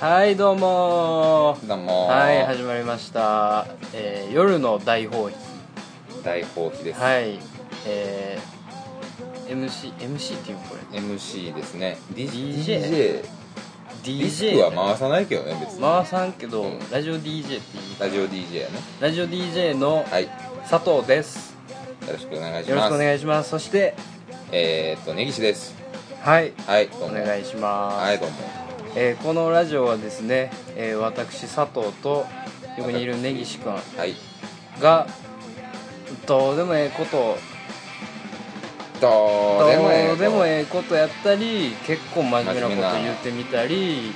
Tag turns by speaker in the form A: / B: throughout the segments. A: はいどうも
B: どうも
A: はい始まりました、えー夜の大放棄
B: 大放棄です、
A: はいえー MC, MC っていうのこれ
B: MC ですね
A: DJ
B: DJ リスク
A: DJ
B: は回さないけどね別に
A: 回さんけど、
B: うん
A: ラジオ DJ っていう
B: ラジオ DJ やね
A: ラジオ DJ の
B: はいよ
A: 佐藤です、
B: ろしくお願いし
A: よろ
B: ま
A: し
B: す
A: くお願いしますそして
B: えー、っと根岸です
A: はい
B: はいどうも
A: お願いします、
B: はいどうも
A: えーこのラジオはですね、えー私佐藤と横にいる根岸君
B: はい
A: がどうでもええことを
B: ど
A: ど
B: うでもええ
A: うでもええことやったり結構真面目なこと言ってみたり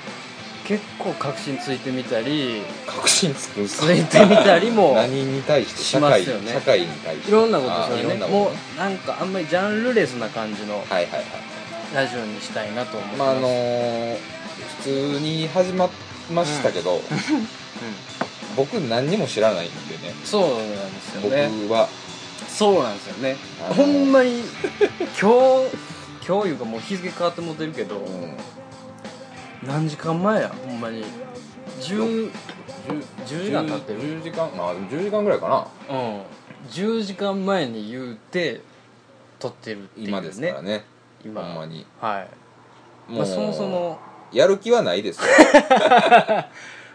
A: 結構確信ついてみたり
B: 確信つくんす
A: ついてみたりも
B: 何に対して
A: し
B: 社
A: ま
B: 会
A: すよね
B: 社会に対して
A: いろんなこと
B: あー
A: です
B: い
A: よ
B: ろ
A: ね
B: んなこと
A: もうなんかあんまりジャンルレスな感じの
B: はいはいはい
A: ラジオにしたいなと思って
B: ま
A: ま
B: あ
A: す、
B: あのー普通に始まりましたけど、
A: う
B: 僕何にも知らないんでね
A: ん、そうなんですよ
B: 僕
A: ね
B: は
A: そうなんですよね
B: あの
A: ほんまに今日今日いうかもう日付変わってもってるけど、
B: うん
A: 何時間前やほんまに10 10時間経ってる
B: 10時間まあでも10時間ぐらいかな
A: うん、10時間前に言うて撮ってるっていう、ね、
B: 今ですからね
A: 今
B: ほんまに
A: はい
B: も
A: まあ、そもそも
B: やる気はない ですよ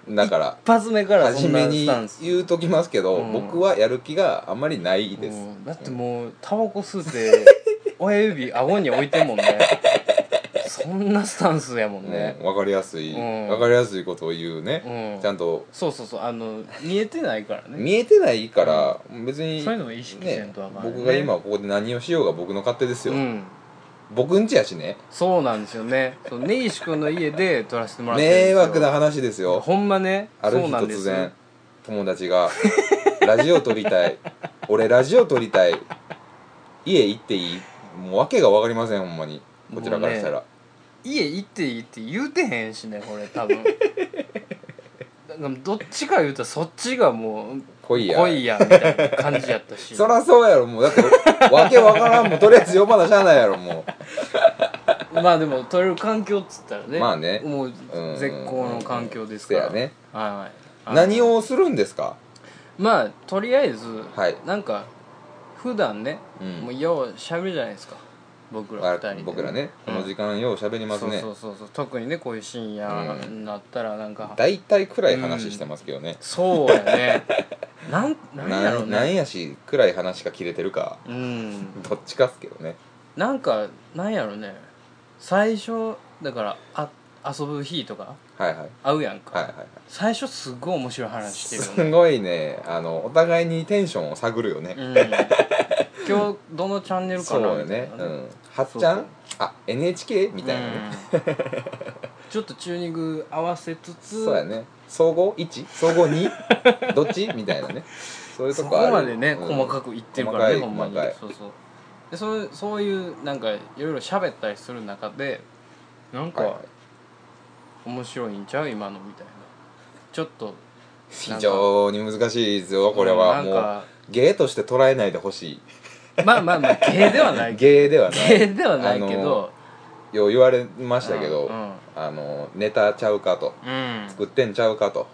B: だから
A: 一発目からそ
B: 初
A: んな
B: め
A: ス
B: に
A: タンス
B: 言うときますけど、
A: うん
B: 僕はやる気があんまりないです、
A: うんだってもうタバコ吸う て親指顎に置いてんもんねそんなスタンスやもんね
B: うん、分かりやすい、
A: うん
B: 分かりやすいことを言うね、
A: うん
B: ちゃんと
A: そうそうそうあの見えてないからね
B: 見えてないから、別に
A: そういうのも意識せんとあかんね
B: 僕が今ここで何をしようが僕の勝手です
A: う
B: よ、
A: ん
B: 僕んちやしね
A: そうなんですよねそう根岸君の家で撮らせてもらってるんです
B: 迷
A: よ
B: 惑な話ですよ
A: ほんまね
B: ある
A: そ
B: 日
A: うなんで
B: 突
A: す
B: 然友達が 「ラジオ撮りたい俺ラジオ撮りたい家行っていい?」もう訳が分かりませんほんまにこちらからしたら、
A: 家行っていいって言うてへんしねこれ多分 だからどっちか言うたらそっちがもう
B: 来いや
A: 来いやみたいな感じやったし
B: そらそうやろもうだって訳分からんもんとりあえず呼ばなしゃあないやろも
A: まあでも取れる環境っつったらね
B: まあね
A: もう
B: うん
A: 絶好の環境ですから
B: せやね
A: はい、は
B: う
A: い、
B: 何をするんですか
A: まあとりあえず、
B: はい
A: なんか普段ね、
B: うん
A: もうようしゃべるじゃないですか僕ら二人で、
B: 僕らねこの時
A: 間
B: 間よう喋りますね
A: そうそうそうそう特にねこういう深夜になったらなんか、
B: 大体暗い話してますけどね、
A: そうや ねなんなんやろ
B: な
A: うんね
B: なんやし暗い話か切れてるか
A: うん
B: どっちかっすけどね
A: なんかなんやろね最初だからあ遊ぶ日とか
B: はいはい
A: 会うやんか、
B: はいはいはい
A: 最初すっごい面白い話してるよ
B: す
A: ね
B: ごいねあのお互いにテンションを探るよね、
A: うん、今日どのチャンネルか
B: そう
A: な
B: よ
A: みた
B: ね
A: いな、
B: うん、はっ
A: そう
B: ち
A: そ
B: ゃ
A: うん
B: あ NHK みたいなね、
A: うんちょっとチューニング合わせつつ
B: そうやね総合1総合 2どっちみたいなねそういうと
A: そ
B: こ
A: こ
B: ある
A: までね、
B: うん
A: 細かく言ってるからね
B: 細かい
A: ほんまに
B: 細かい
A: そうそうでそうそういうなんかいろいろ喋ったりする中でなん
B: はいは
A: か面白いんちゃう今のみたいなちょっと
B: い非常に難しいですよこれは
A: うん
B: も
A: なん
B: う
A: か
B: 芸として捉えないでほし
A: まあまあまあ芸ではない
B: い
A: 芸
B: 芸ではない
A: ではないけど
B: あのよう言われましたけど、
A: うんうん
B: あのネタちゃうかと
A: うん
B: 作ってんちゃうかと、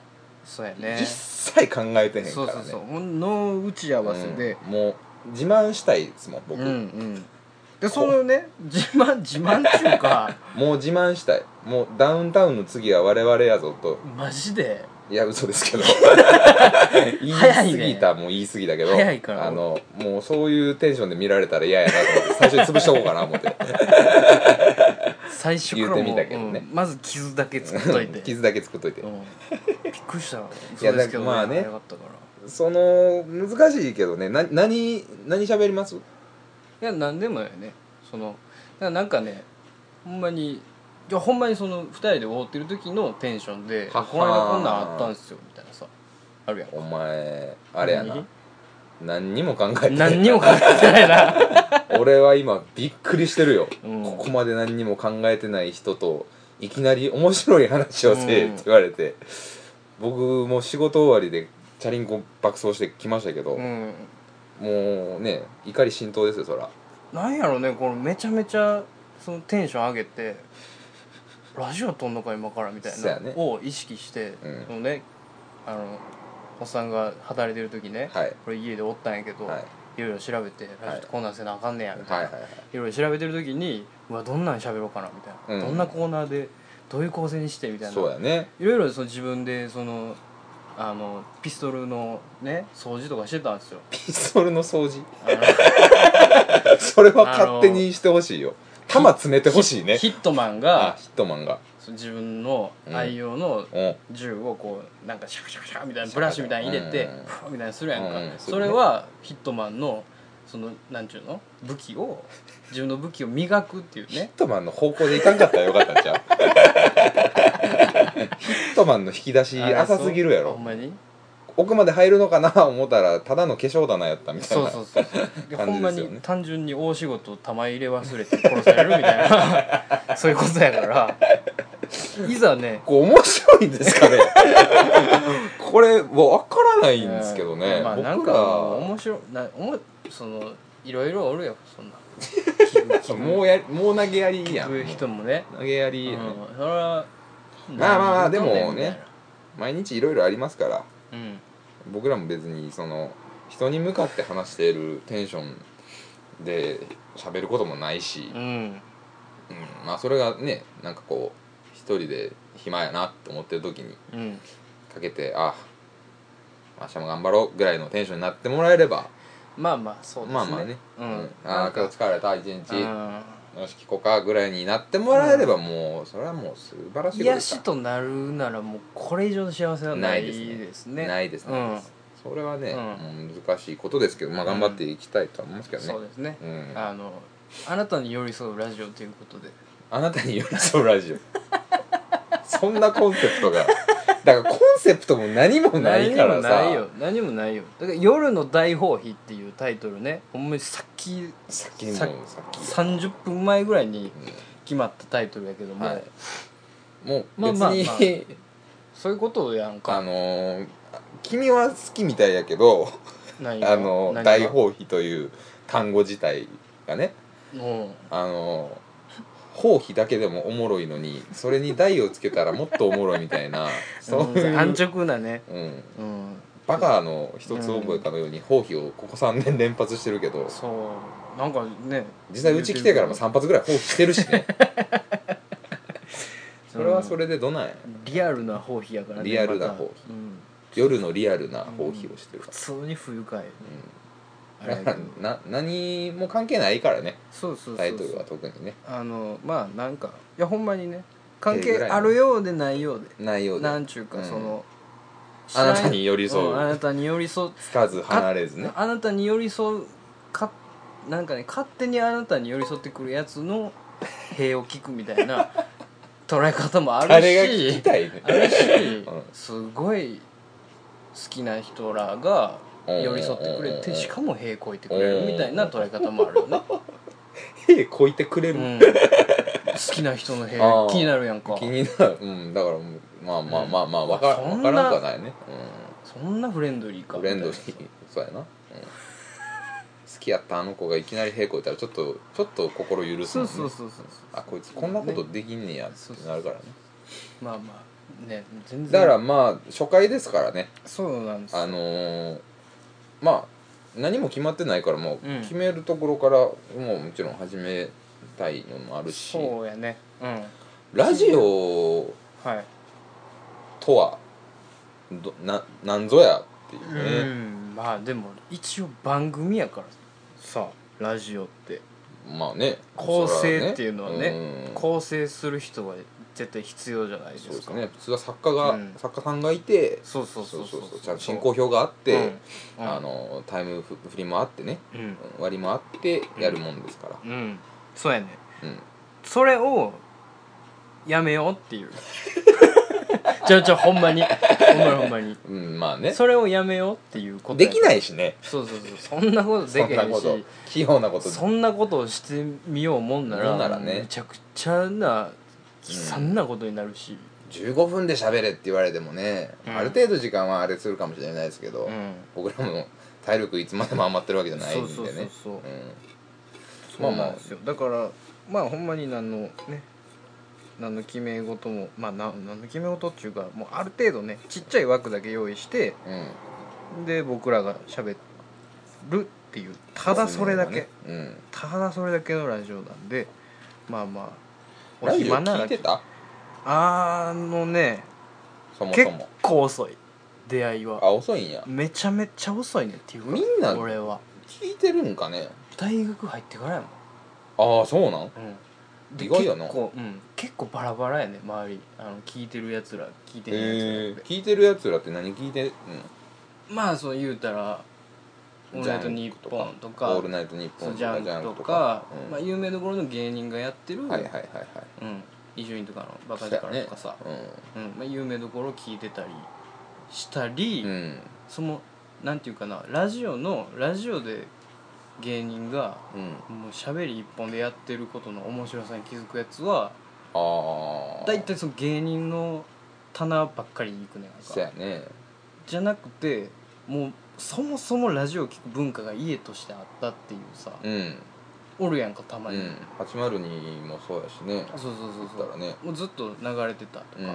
A: そうやね
B: 一切考えてへんからね
A: そうそうそうほんの打ち合わせで
B: うんもう自慢したいですもん
A: うん
B: 僕、
A: うんでそのね自慢自慢っていうか
B: もう自慢したいもうダウンタウンの次は我々やぞと
A: マジで
B: いや嘘ですけど言い
A: 早いね
B: 過ぎた、もう言い過ぎだけど
A: 早いから
B: あのもうそういうテンションで見られたら嫌やなと思って最初に潰しとこうかな思って
A: 最初からもう
B: 言うてみたけどね
A: うんまず傷だけ作っといて
B: 傷だけ作っといて、
A: うんびっくりした
B: いや
A: そうですけどね
B: まあね
A: 早かったから
B: その難しいけどねな何何喋ります
A: いや何でもやねそのだからなんかねほんまにいやほんまにその2人で覆ってる時のテンションで「
B: はは
A: この間こんなんあったんすよ」みたいなさあるやん
B: お前あれやな何にも考えてない
A: 何にも考えてないな
B: 俺は今びっくりしてるよ、
A: うん
B: ここまで何にも考えてない人といきなり面白い話をせえ
A: うん
B: って言われて、僕も仕事終わりでチャリンコ爆走してきましたけど、
A: うん
B: もうね怒り浸透ですよそら
A: なんやろねこのめちゃめちゃそのテンション上げてラジオ撮んのか今からみたい
B: そうや
A: な
B: ね
A: を意識して、
B: うん
A: そのねあのおっさんが働いてる時ね、
B: はい
A: これ家でおったんやけど、
B: はい
A: い、ろいろ調べてラジオってこんなんせなあかんねやみたいな、
B: はい
A: い
B: はいはい
A: ろいろ調べてる時にうわどんなん喋ろうかなみたいな、
B: うん
A: どんなコーナーでどういう構成にしてみたいな
B: そうやね
A: いろいろその自分でそのあのピストルのね掃除とかしてたんですよ
B: ピストルの掃除
A: あ の
B: それは勝手にしてほしいよ弾詰めてほしいね
A: ヒットマン
B: あ
A: が
B: ヒットマンが
A: その自分の愛用の
B: うん
A: 銃をこうなんかシャカシャカシャカみたいなブラシみたいに入れて
B: うん
A: フーみたいなのするやんか、
B: うんうんする
A: そ
B: ね
A: れはヒットマンのそのなんちゅうの武器を自分の武器を磨くっていう
B: ヒッ
A: ね
B: トマンの方向でいかんかったらよかったんちゃうヒットマンの引き出し浅すぎるや
A: あそう
B: ろ
A: ほんまに
B: 奥まで入るのかな思ったらただの化粧棚やったみたい
A: そう
B: な
A: そうそうそうで
B: 感
A: ほ
B: じですよね
A: んまに単純に大仕事を玉入れ忘れて殺されるみたい なそういうことやからいざね
B: こう面白いんですかね これもう分からないんですけどね、
A: まあ、なん
B: 僕
A: から面白いなおもそのいろいろおるよそん な聞く聞く
B: もうやもう投げやりや
A: 聞
B: ん
A: く人もね
B: 投げやりやん、
A: うん、それは
B: まあまあまあでもね
A: みたいな
B: 毎日いろいろありますから
A: うん
B: 僕らも別にその人に向かって話しているテンションで喋ることもないし、
A: うん
B: うんまあそれがねなんかこう一人で暇やなって思ってる時に
A: うん
B: かけてあ明日も頑張ろうぐらいのテンションになってもらえれば、
A: まあまあそうですね
B: まあまあね、
A: う、
B: うんんああ今日疲れた一日、
A: う
B: よし聞こうかぐらいになってもらえればもうそれはもう素晴らし
A: ん
B: いこと
A: 癒
B: で
A: し
B: す
A: となるならもうこれ以上の幸せはな
B: ない
A: い
B: で
A: です
B: ね
A: すね
B: ないです
A: う
B: ない
A: ん
B: です、それはね、
A: うん
B: もう難しいことですけどまあ頑張っていきたいとは思うんですけどね、
A: そうですね、
B: うん
A: あのあなたに寄り添うラジオということで
B: あなたに寄り添うラジオそんなコンセプトがだからコンセプトも何もないからさ
A: 何もないよ何もないよだから「夜の大放棄」っていうタイトルねほんまにさっき
B: さっきも
A: さ
B: さ
A: っ
B: っき
A: 30分前ぐらいに決まったタイトルやけども、
B: はいもう別に、
A: まあまあまあそういうことやん
B: あ
A: か
B: のー君は好きみたいやけど
A: 何が
B: あの
A: 何が
B: 大放棄という単語自体がね
A: うん
B: あの放棄だけでもおもろいのにそれに台をつけたらもっとおもろいみたいなそういう、うん
A: 安直なねうん
B: バカの一つ覚えかのように放棄をここ3年連発してるけど
A: そうなんかね
B: 実際うち来てからも3発ぐらい放棄してるし ねそれはそ
A: れ
B: れでどない
A: リアルな放棄やからね
B: リアルな
A: また
B: 放棄
A: うん
B: 夜のリアルな放棄をしてるか
A: 普通に不愉快あれ
B: ら、
A: や
B: だ
A: け
B: か
A: ど
B: ら な何も関係ないからね
A: そうそうそうそう
B: タイトルは特にね
A: あのまあなんかいやほんまにね関
B: ええぐ
A: 係
B: らいの
A: あるようでないようで
B: 内容で
A: なんちゅう
B: う
A: か
B: ん
A: その知ら
B: あ
A: ん
B: なたに寄り添う、
A: うんあなたに寄り添う
B: つかず離れずね
A: あなたに寄り添うかなんかね勝手にあなたに寄り添ってくるやつ の塀を聞くみたいな捉え方もあるし
B: 誰が聞きたいね
A: あるし、
B: ん
A: すごい好きな人らが寄り添ってくれ
B: う
A: て
B: ん
A: しかも塀越えてくれるみたいな捉え方もある よね、
B: 屁こいてくれる、
A: うん、好きな人の塀
B: あー
A: 気になるやんか
B: 気になるうんだからもうまあまあまあまあわから
A: そんな
B: わからんくはないね
A: そんなフレンドリー
B: う
A: か
B: んフレンドリ
A: みたい
B: ーそうやな、うん好きやったあの子がいきなり屁こいたらちょっとちょっと心許
A: な
B: す
A: そ
B: も、
A: うん
B: ね、
A: そうそうそうそう
B: あこいつこんなことできんねや
A: そう
B: っ
A: そ
B: て
A: う
B: なるからね
A: まあまあね全然
B: だからまあ初回ですからね
A: そうなんですよ
B: あのーまあ何も決まってないからもう
A: うん
B: 決めるところからもうもちろん始めたいのもあるし
A: そうやねうん
B: ラジオ
A: はい
B: とはどななんぞやっていうね、
A: うんまあでも一応番組やからさラジオって
B: まあね
A: 構成っていうのはね
B: 構
A: 構成する人は絶対必要じゃないで
B: 成そうですす
A: か
B: ね普通は作家が、
A: うん
B: 作家さんがいて
A: そうそうそうそう
B: ちゃんと進行表があっ
A: う
B: て
A: ん、うん
B: あのタイムふ振りもあってね
A: うん
B: 割りもあってやるもんですから、
A: うんそうやね
B: うん
A: それをやめようっていう ちょちょほんま にほんまにほんまに
B: うんまあね
A: それをやめようっていうこと
B: でき
A: い
B: ないしね
A: そうそうそうそんなことで
B: そ
A: き
B: ん
A: な
B: ないこ
A: し
B: と器用なこと
A: そんなことをしてみようもんなら
B: もんならね
A: めちゃくちゃな悲惨なことになるし、
B: 15分で喋れって言われてもね、
A: うん
B: ある程度時間はあれするかもしれないですけど、
A: うん
B: 僕らも体力いつまでも余ってるわけじゃないんでね
A: そうそうそうそう
B: うん
A: そうなんですよだからまあほんまに何のね何の決め事もまあな何の決め事っていうかもうある程度ねちっちゃい枠だけ用意して
B: うん
A: で僕らが喋るっていうただそれだけ、
B: うん
A: ただそれだけのラジオなんでまあまあお
B: ラジオ
A: 暇な
B: 聞
A: ら
B: いてた
A: あのね
B: そもそ
A: 結
B: も
A: 構遅い出会いは
B: あ遅いんや
A: めちゃめちゃ遅いねっていうか
B: みんな
A: 俺は
B: 聞いてるんかね
A: 大学入ってからやもん
B: ああそうな
A: う
B: ん
A: ん、
B: 意外やな
A: 結構,、うん、結構バラバラやね周りあの聞いてるやつら聞いてるや
B: え
A: つら
B: ー
A: って、
B: 聞いてるやつらって何聞いてん
A: まあそう言うたら「オールナイトニッポン」とか
B: オールナイトニッポン
A: そうジャンクとか
B: うん
A: まあ、有名どころの芸人がやってる
B: はいはいはいはい
A: うん伊集院とかのバカ力とかさ、
B: そうやね
A: うんまあ、有名どころ聞いてたりしたり、
B: うんうん
A: そのなんていうかなラジオのラジオで芸人が
B: うん
A: もう喋り一本でやってることの面白さに気づくやつは
B: ああ
A: 大体その芸人の棚ばっかりに行くねなん
B: そう
A: か
B: やね
A: じゃなくてもうそもそもラジオを聞く文化が家としてあったっていうさ、
B: うん
A: おるやんかたま
B: う
A: に、
B: ん802もそうやしね
A: そうそうそう
B: だ
A: そ
B: から
A: う、
B: ね
A: もうずっと流れてたと
B: うん
A: か、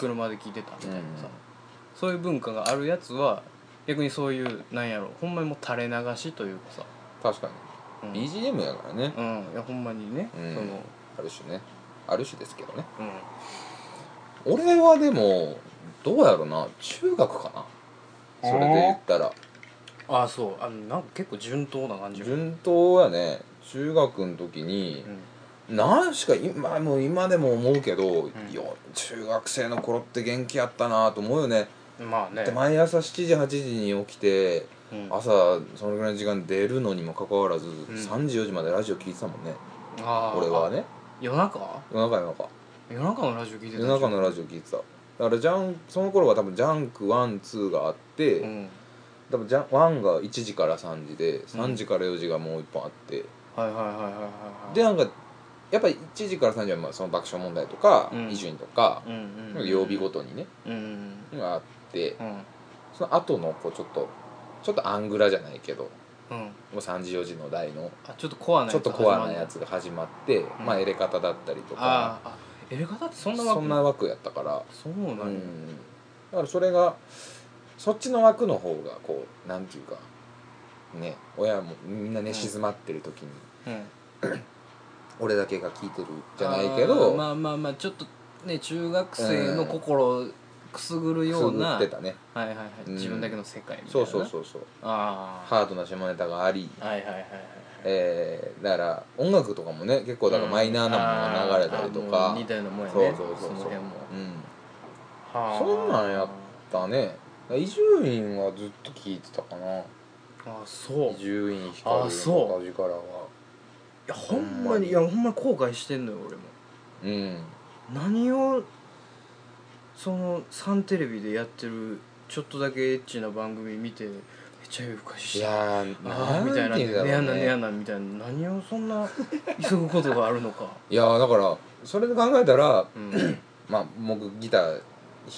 A: 車で聞いてたみたいなさ、
B: うん
A: そういう文化があるやつは逆にそういうなんやろほんまにもう垂れ流しというかさ、
B: 確か
A: うん
B: に BGM やからね
A: うんいやほんまにね、
B: うん
A: その
B: ある種ねある種ですけどね
A: うん
B: 俺はでもどうやろな中学かなそれで言ったら
A: ああそうあのなんか結構順当な感じ
B: 順当やね中学の時に
A: うん
B: 何しか今もう今でも思うけど、
A: ん
B: よ中学生の頃って元気やったなと思うよね
A: まあね
B: で毎朝7時8時に起きて
A: うん
B: 朝そのぐらいの時間出るのにもかかわらず、3時4時までラジオ聞いてたもんね
A: あー
B: 俺はね
A: 夜中
B: 夜中夜中
A: 夜中のラジオ聞いてた
B: 夜中のラ
A: ジ
B: ジオ聞いてただからジャンその頃は多分ジャンクワンツーがあって、
A: うん
B: 多分ジャンワンが1時から3時で3時から4時がもう1本あって、
A: はいはいはいはいはいはい
B: でなんかやっぱり1時から3時はまあその爆笑問題とか
A: うん
B: 伊集院とか
A: う、んうん
B: 曜日ごとにね
A: うんうん
B: があって
A: うん
B: その後のこうちょっとちょっとアングラじゃないけども
A: うん
B: う3時4時の台の
A: あちょっとコアなや
B: ち
A: つ
B: ょっとコアなやつが始まって、
A: ん
B: まあエレ方だったりと
A: あ
B: か
A: ーあエレガタってそんなわ
B: そんな枠やったから
A: そうな
B: うん
A: や
B: だからそれがそっちの枠の方がこうなんていうかね親もみんな寝静まってる時に
A: うん
B: 俺だけが聞いてるじゃないけど
A: あーまあまあまあちょっとね中学生の心をくすぐる
B: くす
A: よう
B: ぐ
A: な
B: ってたね
A: はいはいはい
B: うん
A: 自分だけの世界みたいな
B: そうそうそうそう
A: ああ
B: ハードな下ネタがあり、
A: はいはいはいはい
B: えー、だから音楽とかもね結構だからマイナーなものが流れたりと
A: あーあ
B: か、
A: ー似たようなもんやね
B: そうそうそう
A: の
B: そう
A: 辺も
B: うん
A: はあ
B: そんなんやっだね伊集院はずっと聞いてたかな
A: あそう
B: 伊集院光
A: あ
B: の
A: そう
B: ラジカラはい
A: やほんまにいやほんまに後悔してんのよ俺も
B: うん
A: 何をそのサンテレビでやってるちょっとだけエッチな番組見てめっちゃ夜更かし
B: い
A: した
B: やー
A: ああみたいな
B: て
A: ね
B: 言うんだろうね
A: やなねやなみたいな何をそんな急ぐことがあるの か
B: いやーだからそれで考えたら
A: うん、
B: まあ僕ギター弾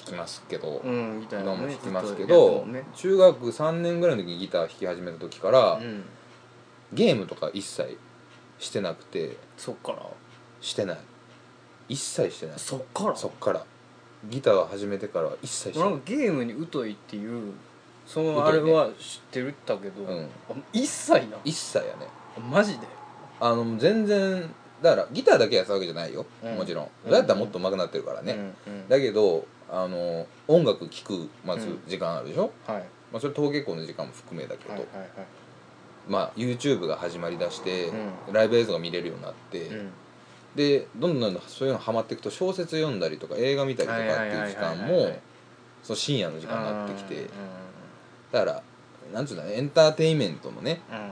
B: きますけど、
A: うん、みたい
B: 今
A: な
B: も
A: ね
B: 弾きます
A: ず
B: け
A: っとや
B: ど、
A: ってたもんね
B: 中学3年ぐらいの時にギター弾き始めた時から、
A: うん
B: ゲームとか一切してなくて
A: そっから
B: してない一切してない
A: そっから
B: そっからギターを始めてからは一切して
A: な
B: ない
A: んかゲームに疎いっていうそのあれは知ってるったけど、
B: うん
A: あ一切な
B: 一切やね
A: マジで
B: あの全然だからギターだけやったわけじゃないよ、
A: うん
B: もちろん
A: うん
B: だったらもっと上手くなってるからね、
A: うんうん
B: だけどあの音楽聴くま
A: う
B: ず
A: ん
B: 時間あるでしょ、
A: はい
B: まあ、それ登下校の時間も含めだけど、
A: はいはいは
B: まあ、YouTube が始まりだして、
A: う
B: ライブ映像が見れるようになって、
A: い、うん
B: でどんどんどんどんそういうのハマっていくと小説読んだりとか映画見たりとかっていう時間
A: はいはいはいはいは
B: も
A: い
B: その深夜の時間になってき
A: うん
B: てだからなんつうのエンターテインメントもね
A: うんうん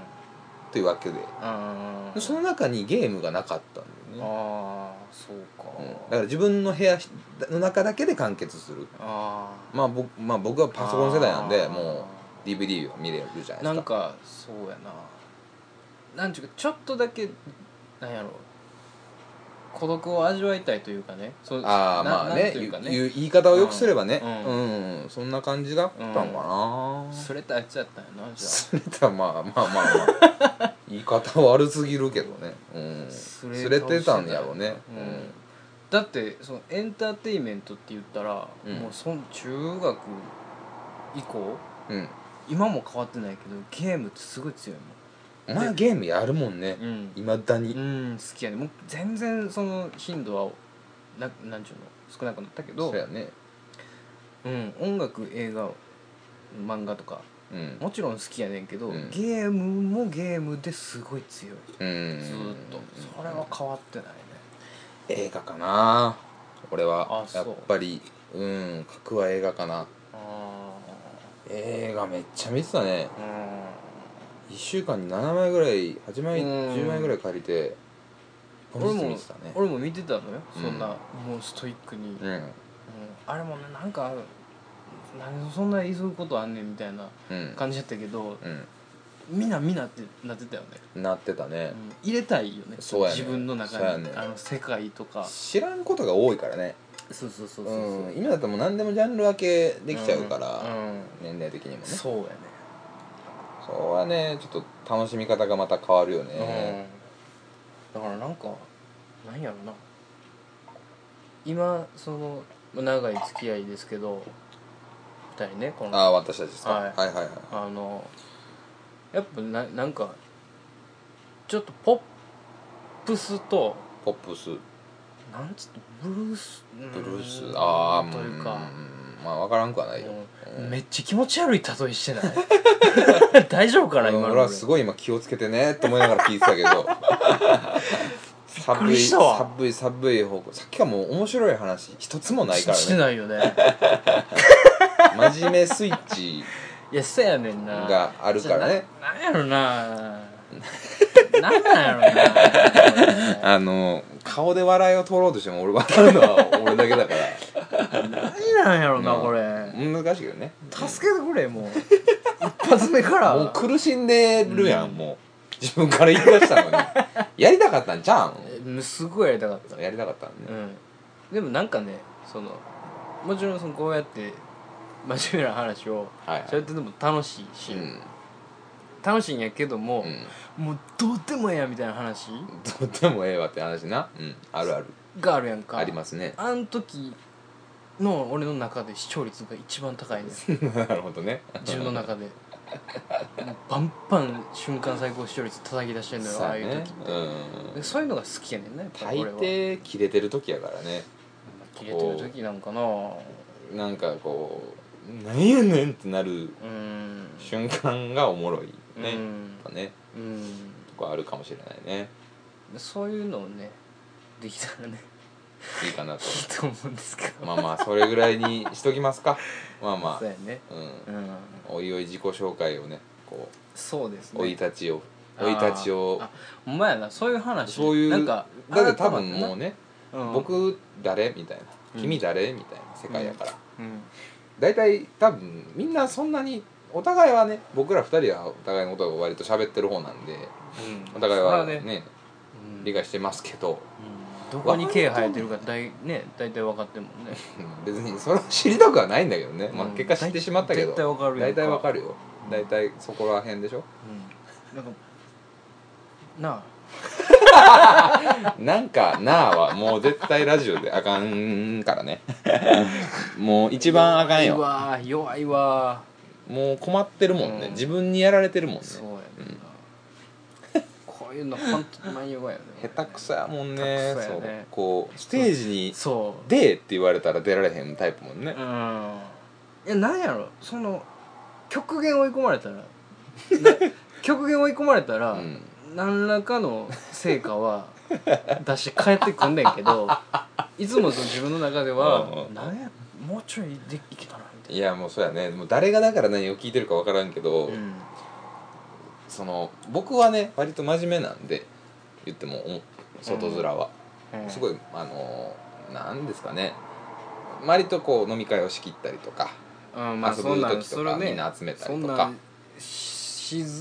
B: というわけで
A: あ
B: その中にゲームがなかったんだよね、
A: あーそうか、
B: うんだから自分の部屋の中だけで完結する
A: あ
B: まあ僕,、まあ、僕はパソコン世代なんで
A: あー
B: もう DVD は見れるじゃ
A: あない
B: なで
A: ん
B: すか
A: かそうやななんちゅうかちょっとだけなんやろう孤独を味わいたいというかねそう
B: ああ
A: な
B: まあ
A: なん
B: ね
A: というかね
B: 言う言い方をよくすればね
A: う
B: うんん、そんな感じだったのかな、
A: それたやつやったんやなじゃあ
B: すれたまあまあまあ まあ言い方悪すぎるけどね、うん、
A: す
B: すれてたんやろうね、
A: うんだってそのエンターテインメントって言ったら、
B: うん
A: もうそん中学以降
B: うん
A: 今も変わってないけどゲームってすごい強い
B: お前ゲームやるもんね
A: もんうん、
B: いまだに
A: うん、好きやねもう全然その頻度はななんちゅうの少なくなったけど
B: そうやね
A: うん、音楽映画漫画とか
B: うん
A: もちろん好きやねんけど、
B: うん
A: ゲームもゲームですごい強い
B: うん
A: ずーっとそれは変わってないね
B: 映画かな俺は
A: あそ
B: や
A: う
B: っぱりうん格は映画かな
A: あ
B: 映画めっちゃ見てたね
A: あうん
B: 1週間に7枚ぐらい8枚
A: うん
B: 10枚ぐらい借りて一
A: 俺
B: 本ずつ見
A: も
B: てたね
A: 俺も見てたのよ
B: うん
A: そんな、もうストイックに、うん
B: うん
A: あれもねなんか何でそんな急ぐことあんねんみたいな
B: うん
A: 感じやったけど、
B: う
A: みんなみんなってなってたよね、
B: んなってたね
A: うん入れたいよね
B: そうやね
A: 自分の中
B: そうや
A: に、
B: ね
A: あの世界とか
B: 知らんことが多いからね
A: そうそうそうそうそう、
B: うん今だともう何でもジャンル分けできちゃうから
A: うんうん
B: 年齢的にもね
A: そうやね
B: それはねちょっと楽しみ方がまた変わるよね
A: うん、だからなんかなんやろな今そのまあ長い付き合いですけど二人ねこの
B: ああ私たちですか
A: は
B: はいいはいはい
A: あのやっぱななんかちょっとポップスと
B: ポップス
A: なんつってブルース
B: ブルース
A: うん
B: ああ
A: という
B: うん
A: か、
B: まあ分からんくはないよ
A: うん
B: うん
A: めっちゃ気持ち悪い例えして ない大丈夫かな今の
B: 俺はすごい今気をつけてねと思いながら聞いてたけど
A: びっく
B: 寒い
A: りしたわ
B: 寒い寒い方向さっきからもう面白い話一つもないか
A: して
B: らね
A: ないよ ね
B: 真面目スイッチ
A: いやせやねんな
B: があるから ね
A: ななんやろななんなんやろな
B: あの顔で笑いを取ろうとしても俺分かるのは俺だけだから
A: 何なんやろな
B: うん
A: これ、
B: 難しいけどね
A: 助けてくれ もう一発目から
B: もう苦しんでるやん、もう自分から言い出したのにやりたかったんちゃうん
A: えすごいやりたかった
B: やりたかったん
A: う
B: ね、
A: んでもなんかねそのもちろんそのこうやって真面目な話を
B: はいはい
A: それってでも楽しいし、
B: うん
A: 楽しいんやけども
B: う、ん
A: もうどうでもええやみたいな話
B: とってもええわって話な、うん、あるある
A: があるやんか
B: ありますね
A: あん時の俺の中で視聴率が一番高い ね
B: なるほどね
A: 自分の中でもうバンバン瞬間最高視聴率叩き出してんのよあ
B: さあ
A: あいう
B: ね
A: 時って、
B: うん
A: でそういうのが好きやねんなやっぱ
B: 大
A: り俺は
B: 抵切れてる時やからね
A: 切れてる時なんかなう
B: なんかこう「なんやねん!」ってなる
A: ーん
B: 瞬間がおもろい
A: う
B: ね、や
A: ん
B: っぱね
A: うん
B: とかあるかもしれないね
A: そういうのをねできたらね
B: いいかなと
A: いいと思うんですけど
B: まあまあそれぐらいにしときますかまあま
A: そうやね
B: あうん
A: うん
B: おいおい自己紹介をねこ
A: そうです
B: う生
A: ね
B: い立ちを生い立ちを
A: あほんまやなそういう話
B: そういう
A: なんか
B: だって多分もう
A: う、
B: ね
A: うん、
B: 僕誰みたいな
A: うん
B: 君誰みたいな世界やから
A: うん
B: 大体多分みんなそんなにお互いはね僕ら二人はお互いのことを割と喋ってる方なんで
A: うん
B: お互い
A: それ
B: は
A: ね
B: ね
A: うん
B: 理解してますけど
A: うんどこに毛生えてるか大ね大体分かってるも んね
B: うん別にそれを知りたくはないんだけどねまあ
A: うん
B: 結果知ってしまったけど
A: 絶対わかるやんか
B: 大体わかるよ大体そこら辺でしょ
A: うんなんかなあ
B: なんかなあはもう絶対ラジオであかんか らねもう一番あか
A: 弱
B: ん
A: い
B: よ
A: わ弱いわ
B: もう困ってるもんね、
A: うん
B: 自分にやられてるもんね
A: そうやねんなこういうの本当に弱いよね
B: 下手くそやもんね
A: 下手くそ
B: そ
A: や
B: う
A: ね
B: こうステージに
A: そ
B: 「
A: う
B: で」って言われたら出られへんタイプもん
A: う
B: ね
A: んいやなんやろその極限追い込まれ たらな極限追い込まれたら、
B: うん
A: 何らかの成果は出して帰ってくんねんけどいつもその自分の中では
B: うん
A: なんやもうちょいでいけたなみたい
B: いやもうそうやねもう誰がだから何を聞いてるか分からんけど、
A: な、うん
B: その僕はね割と真面目なんで言ってもお外面は、
A: うん、
B: すごいあのーなんですかね割とこう飲み会を仕切ったりとか
A: うんまあ
B: 遊
A: そ
B: ぶ
A: んなん
B: 時
A: そ
B: と
A: れ
B: か
A: ね
B: みんな集めた
A: そ
B: り
A: ん
B: と
A: な
B: か
A: んし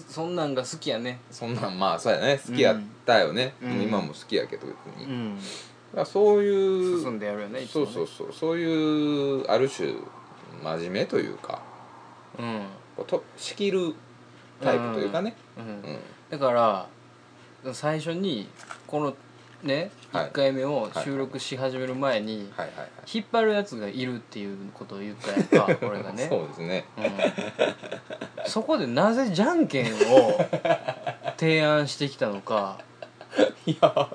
A: そんなんが好きやね
B: そんなんまあそうやね好きやったよね、
A: うん
B: 今も好きやけど別
A: う
B: に、だか
A: ん
B: らそういう
A: 進んでやるよねいつ
B: そ
A: も
B: う
A: ね
B: そうそうそういうある種真面目というか
A: うん
B: こうと仕切るタイプというかね、
A: う
B: うんん
A: だから最初にこのね、
B: はい
A: 1回目を収録し始める前に
B: はいはいはい
A: 引っ張るやつがいるっていうことを言ったやん か俺がね
B: そうですね
A: うんそこでなぜじゃんけんを提案してきたのか
B: いや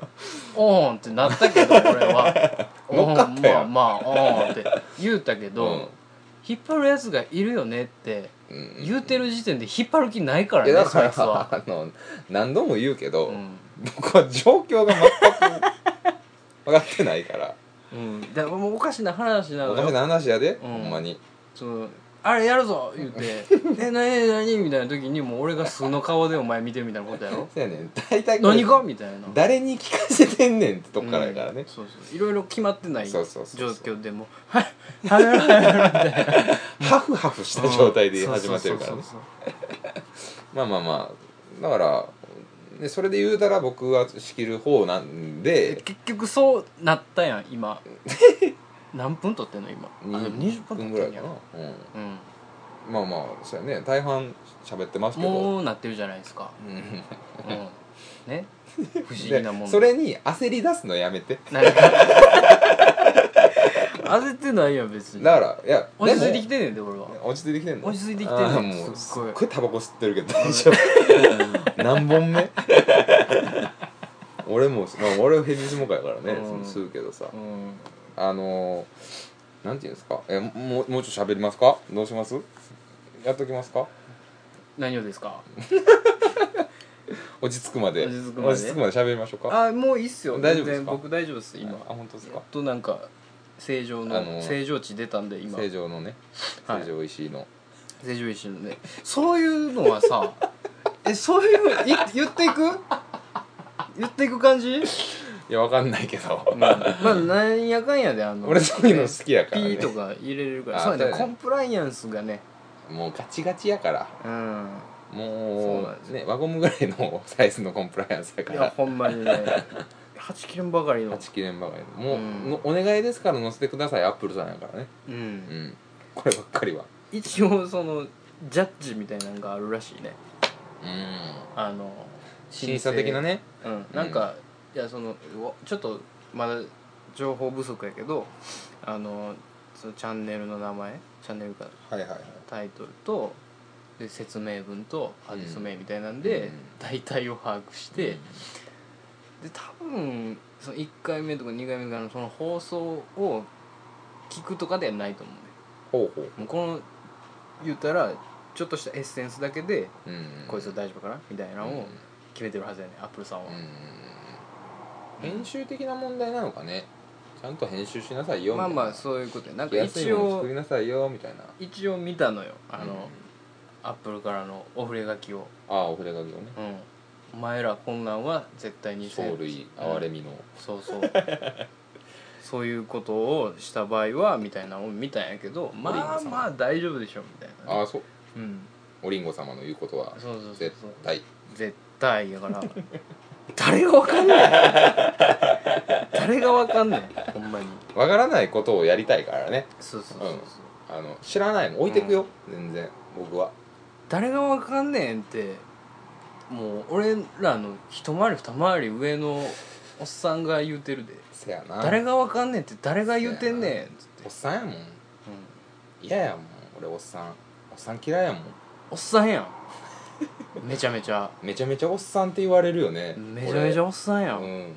A: おーんってなったけど俺は
B: 乗っかったやん
A: おーんまあまあおーんって言うたけど、引っ張るやつがいるよねって
B: うん
A: 言うてる時点で引っ張る気ないから
B: い
A: ね
B: やだか
A: そい
B: ら
A: つ は、
B: あの何度も言うけど、
A: うん
B: 僕は状況が全く分かってないから
A: うん、だからもうおかしな話な
B: お
A: の
B: かし
A: よ
B: な話やで、
A: うん
B: ほんまに
A: そのあれやるぞ言 って「えなになに?」みたいな時にもう俺が素の顔でお前見てるみたいなことや ろ
B: そうやねん大体これ
A: 何かみたいな
B: 誰に聞かせてんねんってとこからやから
A: うん
B: ね、
A: そうそういろいろ決まってない状
B: そうそうそうそう
A: 況でも「はいはいはいはいはいみたいな
B: ハフハフした状態で始まってるから
A: う
B: ね
A: んそうそう
B: まあまあまあだからねそれで言うたら僕は仕切る方なん
A: そうそう
B: で
A: 結局そうなったやん今何分撮ってんの今あでも
B: 20分ぐらいか
A: 撮っ、
B: なうん、まあまあそうやね大半喋ってます
A: てん
B: け
A: やろうん
B: ど
A: もうなってるじゃないですか
B: うん
A: うんね不思議なも
B: で
A: ん
B: それに焦り出すのやめて
A: なんか焦ってないやん別に
B: だからいや
A: 落ち着いてき
B: て
A: てんねんで俺は
B: 落ち着いてきてんの
A: 落ち着いてきてんねん
B: あーもう
A: す
B: す
A: っ
B: っ
A: ごい
B: ごいタバコ吸ってるけど大丈夫何本目俺も、まあ、俺はヘビースモーカーやからね、
A: うん
B: 吸うけどさ
A: うん
B: あのー、なんていうんですかえもうもうちょっと喋りますかどうしますやっときますか
A: 何をですか
B: 落ち着くまで
A: 落ち着くまで
B: 落ち着くまで喋りましょうか
A: あもういいっすよ
B: 大丈夫ですか
A: 全然僕大丈夫です今
B: あ本当です
A: や
B: か
A: っとなんか正常
B: あ
A: の
B: の
A: 正常値出たんで今
B: 成城のね
A: はい
B: 成城石井の、
A: 正常石のねそういうのは さえそういうい言っていく言っていく感じ、
B: い、やわかんないけど、
A: まあなんやかんやであの
B: 俺そういうの好きやか
A: ピ
B: らね
A: ーとか入れれるから
B: あ
A: そうやね
B: そうや
A: コ
B: ね
A: ンプライアンスがね
B: もうガチガチやから
A: うんそう
B: も
A: なんです
B: うね輪ゴムぐらいのサイズのコンプライアンスやか
A: いや
B: ら
A: ほんまにね8キロばかりの
B: 8切れんばかりのも
A: う
B: う、
A: ん
B: のお願いですから載せてくださいアップルさんやからね
A: うん、
B: うんこればっかりは
A: 一応そのジャッジみたいなのがあるらしいね
B: うん
A: あの
B: 審査的なね
A: うん、なんか、いやそのおちょっとまだ情報不足やけどあのそのチャンネルの名前チャンネルか
B: はいはいはい
A: タイトルとで説明文とアーティスト名みたいなん
B: うん
A: で、
B: うん
A: 大体を把握して、
B: うん
A: で多分その1回目とか2回目とかのその放送を聞くとかではないと思うね
B: ほうほう
A: もうこの言ったらちょっとしたエッセンスだけで、
B: うん
A: こいつ大丈夫かなみたいなのを決めてるはずやねアップルさんは。
B: うん編集的な問題なのかねちゃんと編集しなさいよみ
A: ま
B: た
A: あ
B: いな
A: まあそういうことやなんか
B: 安い
A: 一
B: もの作
A: 応
B: りなさいよみたいな
A: 一応見たのよあ
B: うん
A: の、アップルからのお触れ書きを、
B: ああお筆書きをね
A: うん、お前らこんなんは絶対にせん
B: 藻類哀れみの
A: そうそう そういうことをした場合はみたいなのを見たんやけどまあまあ大丈夫でしょみたいなね、
B: ああそう
A: うん、
B: おりんご様の言うことは
A: そうそうそう
B: 絶
A: そう
B: 対
A: 絶対やから誰がわかん ない誰がわかんないほんまに
B: わからないことをやりたいからね
A: そうそうそうそう、
B: うんあの知らないの置いてくよ、全然僕は
A: 誰がわかんねんってもう俺らの一回り二回り上のおっさんが言うてるで
B: せやな
A: 誰がわかんねんって誰が言うてんねんっつって
B: おっさんやもん嫌やもん俺おっさんおっさん嫌いやもん
A: おっさんやんめちゃめちゃ
B: めちゃめちゃおっさんって言われるよね
A: めちゃめちゃおっさんや
B: 俺うんん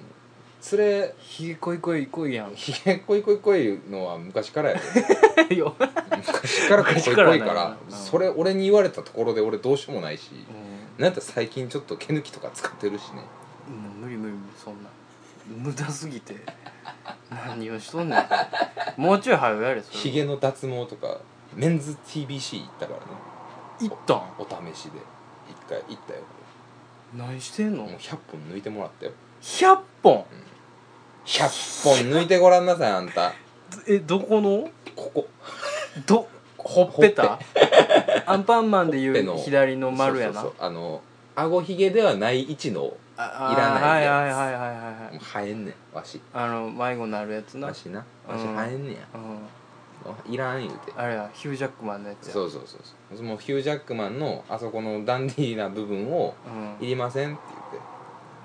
B: 連れ
A: ひげこいこいこいやん
B: ひげこいこいこいのは昔からや で
A: よ
B: 昔からこいこいこ
A: 昔
B: い
A: か
B: からら
A: な
B: それ俺に言われたところで俺どうしようもないし、
A: も
B: なんやったら最近ちょっと毛抜きとか使ってるしね
A: う無理無理無理そんな無駄すぎて何をしとんねんもうちょい早うやれそれ
B: ひげの脱毛とかメンズ TBC 行ったからね
A: いったん
B: お試しで一回行ったよ
A: 何してんの
B: もう100本抜いてもらったよ
A: 100本
B: 100本抜いてごらんなさいあんた
A: えどこの
B: ここ
A: どほっぺたアンパンマンでい
B: ほっぺ
A: う
B: の
A: 左の丸やな
B: そうそうそうあの顎ひげではない位置のも
A: ああー
B: いらないやつ
A: はいはいはいはいは
B: う
A: い
B: 生えんねんわし
A: あの迷子になるやつな、う
B: わ
A: ん、
B: しな
A: うん
B: わし生えんねや、いらん言うて
A: あれやヒュー・ジャックマンのやつや
B: そうそうそうそうもうヒュー・ジャックマンのあそこのダンディーな部分を
A: うん
B: いりませんって言って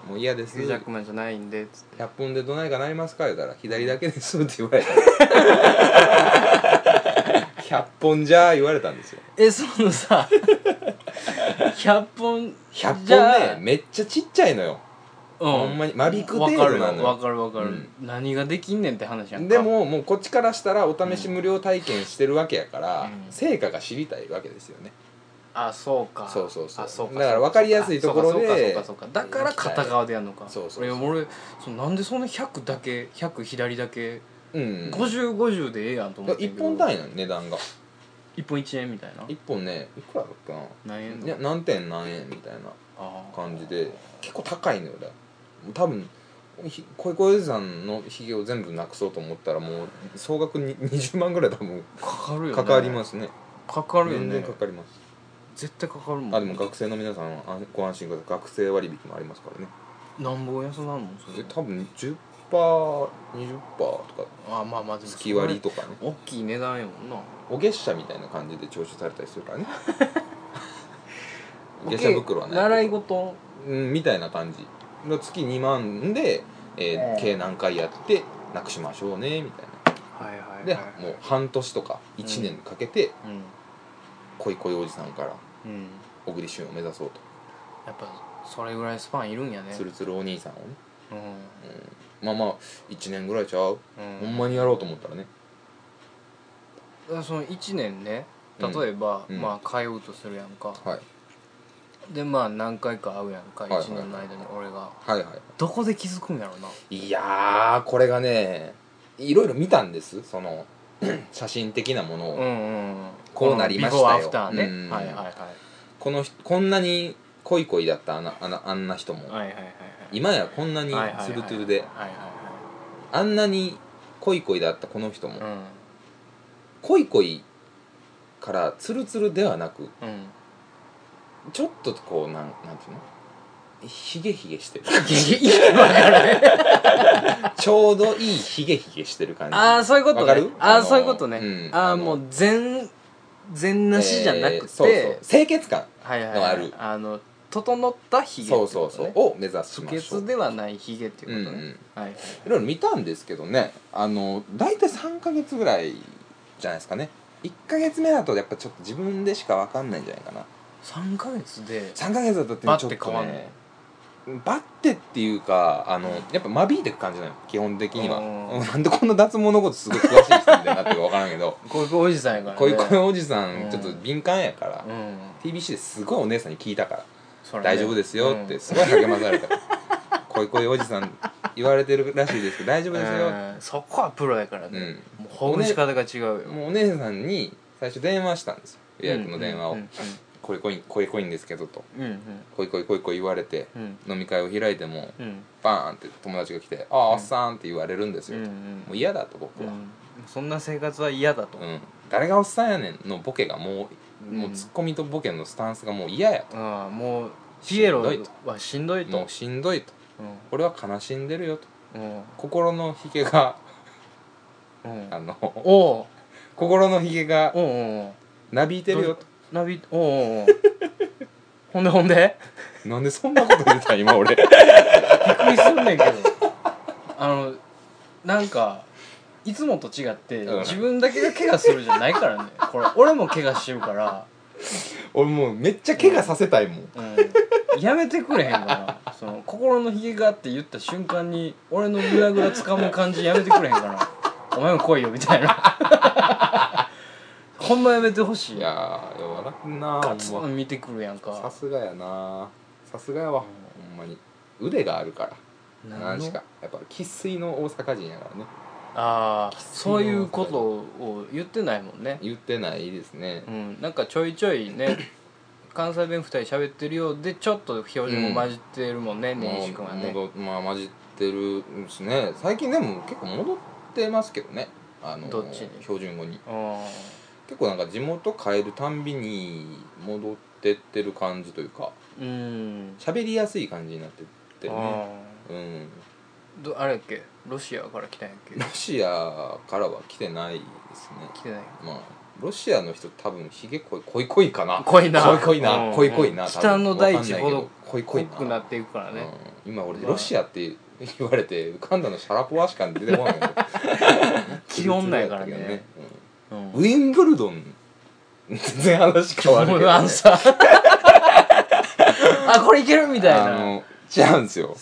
B: もう嫌です
A: ジャックマンじゃないんで」つって
B: 100分でどないかなりますか?」言うたら「左だけです」って言わ れた100本じゃ言われたんですよ
A: えその さ100本
B: 100本
A: じゃ
B: ねめっちゃちっちゃいのよ
A: うん
B: ほんまに間引く程度なのよ
A: わかるよわかるわかる、何ができんねんって話やんか
B: でももうこっちからしたらお試し無料体験してるわけやから、
A: うん
B: 成果が知りたいわけですよね
A: あそうか
B: そうそうそう
A: あそうか
B: だから分かりやすいところで
A: そうかそうかそうかそうかだから片側でやるのか
B: そうそうそう
A: いや俺そうなんでそんな100だけ100左だけ
B: うん
A: 5050でええやんと思って
B: 1本単位
A: 位
B: なの値段が
A: 1本1円みたいな
B: 1本ねいくらだっけな
A: 何円
B: いや何点何円みたいな
A: あー
B: 感じで結構高いのよだから多分ひこいこいおじさんのひげを全部なくそうと思ったらもう総額に20万ぐらい多分
A: かかるよね
B: かかりますね
A: かかるよ
B: 全然
A: ね
B: かかります
A: 絶対かかるもん
B: あでも学生の皆さんあご安心ください学生割引もありますからね
A: なんぼ安なんのそ
B: え
A: れ
B: 多分 10%20% とか
A: あまあまあでも
B: 月割りとかね
A: 大きい値段やもんな
B: お月謝みたいな感じで徴収されたりするから ね
A: オッケー
B: 月謝袋はないけど
A: 習い事
B: うんみたいな感じの月2万で、えー
A: うん
B: 計何回やってなくしましょうねみたい
A: はいはいは
B: ないでもう半年とか1年かけて
A: うん
B: 恋恋おじさんから
A: うん
B: 小栗旬を目指そうと
A: やっぱそれぐらいスパンいるんやね
B: つるつるお兄さんをね
A: うん
B: まあまあ1年ぐらいちゃう
A: うん
B: ほんまにやろうと思ったらね
A: だからその1年ね例えば、
B: うん
A: まあ通うとするやんか、
B: はい
A: でまあ何回か会うやんか
B: はいはい
A: 1年の間に俺が、
B: はいは
A: どこで気づくんやろうない
B: いやーこれがねいろいろ見たんですその 写真的なものを、
A: うんうんうん
B: こうなりましたよ
A: ビフォーアフターね、
B: うん
A: はいはいはい
B: この人こんなに恋恋だったあのあのあんな人も、
A: はいはいはい
B: 今やこんなに
A: はいはい
B: ツルツルで
A: はいはい
B: あんなに恋恋だったこの人も、
A: はいはい
B: 恋恋からツルツルではなく
A: うんうん
B: ちょっとこうなんなんていうのヒゲヒゲしてる
A: いやわからへ ん
B: ちょうどいいヒゲヒゲしてる感じ
A: ああそういうこと
B: わか
A: ね
B: る
A: あ
B: あ
A: あ
B: の
A: そういうことね、
B: うん
A: ああ
B: あの
A: もう全全なしじゃなくて、
B: えーそうそう清潔感
A: はいはい、
B: の
A: は
B: あ
A: い
B: る、
A: あの整ったひげって
B: そ
A: こと
B: う
A: ね
B: そうそうを目指し
A: 不
B: ましょう
A: 潔ではないヒゲっていうことね、
B: うんうん
A: はい
B: いろいろ見たんですけどねあの大体3ヶ月ぐらいじゃないですかね1ヶ月目だとやっぱちょっと自分でしか分かんないんじゃないかな
A: 3ヶ月で
B: 3ヶ月だと
A: バッ
B: ちょってと
A: 変わんの
B: ねバッてっていうかあのやっぱ間引いてく感じなの基本的には
A: うん
B: なんでこんな脱毛のことすごい詳しい人みたいになってるか分からんけど
A: こういうおじさんやからね
B: こういう声おじさ
A: うん
B: んちょっと敏感やから、
A: うん
B: TBC ですごいお姉さんに聞いたから
A: それね
B: 大丈夫ですよっ
A: う
B: て
A: ん
B: すごい励まされた「 こいこいおじさん言われてるらしいですけど大丈夫ですよ」って
A: うんそこはプロやから
B: う
A: ね
B: ん、
A: もうほぐし方が違うよ
B: もうお姉さんに最初電話したんですよ予約の電話を
A: うん
B: 「こいこいこいこいんですけど」と
A: うんうん
B: 「こいこいこいこい」言われて
A: うん
B: 飲み会を開いても
A: うんうん
B: バーンって友達が来て「ああおっさん」って言われるんです
A: う
B: よ
A: んうん
B: もう嫌だと僕
A: う
B: は
A: んそんな生活は嫌だと
B: うん誰がおっさんやねんのボケがも
A: う
B: うんもうツッコミとボケのスタンスがもう嫌や
A: ああもうピエロ
B: しんどいと
A: はしんどい
B: も
A: と
B: うしんどいと俺は悲しんでるよと
A: うんうん
B: 心のひげが
A: うん
B: あの
A: おう
B: 心のひげが
A: おうおうおう
B: なびいてるよと
A: ナビおうおうおうほんでほんで
B: なんでそんなこと言った今俺
A: びっくりすんねんけどあのなんかいつもと違って、
B: うん
A: 自分だけが怪我するじゃないからねこれ俺も怪我してるから、
B: 俺もうめっちゃ怪我させたいもん
A: うん、やめてくれへんからその心のひげがって言った瞬間に俺の胸ぐらつかむ感じやめてくれへんからお前も来いよみたいな ほんまやめてほしい
B: いやーよう笑くな
A: ガツ
B: ほん
A: ン見てくるやん
B: まさ
A: か
B: すがやなさすがやわほんまに腕があるから
A: 何
B: 何
A: の
B: しかやっぱ生粋の大阪人やからね
A: ああそういうことを言ってないもんね
B: 言ってないですね
A: うん、なんかちょいちょい ね関西弁二人喋ってるようでちょっと標準も混じってるもんね、根岸君はね
B: 戻まあ混じってるんですね最近でも結構戻ってますけどねあの
A: どっちに
B: 標準語に
A: あ
B: 結構なんか地元変えるたんびに戻ってってる感じというか
A: ーうん
B: 喋りやすい感じになってってるね
A: あ
B: うん
A: ーどあれやっ けロシアから来たんやっけ
B: ロシアからは来てないですね
A: 来てない
B: まあロシアの人多分ひげ濃い濃い濃いかな
A: 濃いな
B: 濃い濃いな、
A: うん
B: 濃い濃いな多分
A: 北の大地
B: わか
A: ほ
B: んない
A: ど
B: け濃い濃
A: 濃
B: い
A: くなっていくからね、
B: うん、今俺
A: まあ
B: ロシアって言われてウカンダのシャラポワしか出てこない
A: 気温ないからね
B: ツルツルやったけどね
A: うん
B: うんウィンブルドン全然話変わるけど、ね、
A: アンサ ーあこれいけるみたい
B: あ
A: な
B: の違うんですよ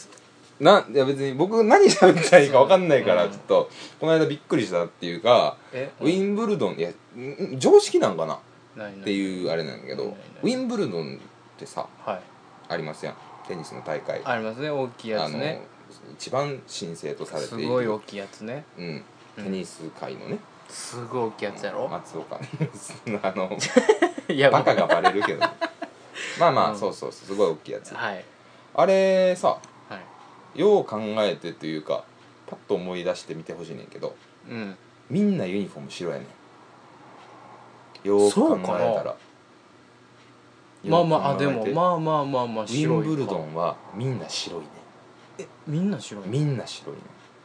B: なんいや別に僕何喋ったらいいか分かんないから
A: うん
B: ちょっとこの間びっくりしたっていうか
A: え
B: ウィンブルドンいやんん常識なんかなっ
A: ないない
B: ていうあれなんだけ
A: うん
B: どウィンブルドンってさ
A: はい
B: ありますやんテニスの大会
A: ありますね大きいや
B: あ
A: つ
B: の
A: ね
B: 一番神聖とされ
A: す
B: てい
A: ごい大
B: る
A: きいやつね
B: うん
A: う
B: テ
A: ん
B: ニス界のね
A: すごい大きいやつやろ
B: 松岡 あ の
A: いや
B: バカがバレるけどまあま
A: う
B: あ
A: ん
B: そうそうすごい大きいやつ
A: はい
B: あれさ
A: はい
B: よう考えてというかパッと思い出してみてほしいねんけど
A: うん
B: みんなユニフォーム白やねんよう
A: そ
B: 考
A: う
B: え
A: か
B: た
A: な
B: らよう
A: まあまああ
B: 考
A: で
B: えて
A: もまあまあまあまあ
B: ウィ
A: 白い
B: ン
A: か
B: ブルドンはみんな白いね
A: みんな白い
B: みんな白いね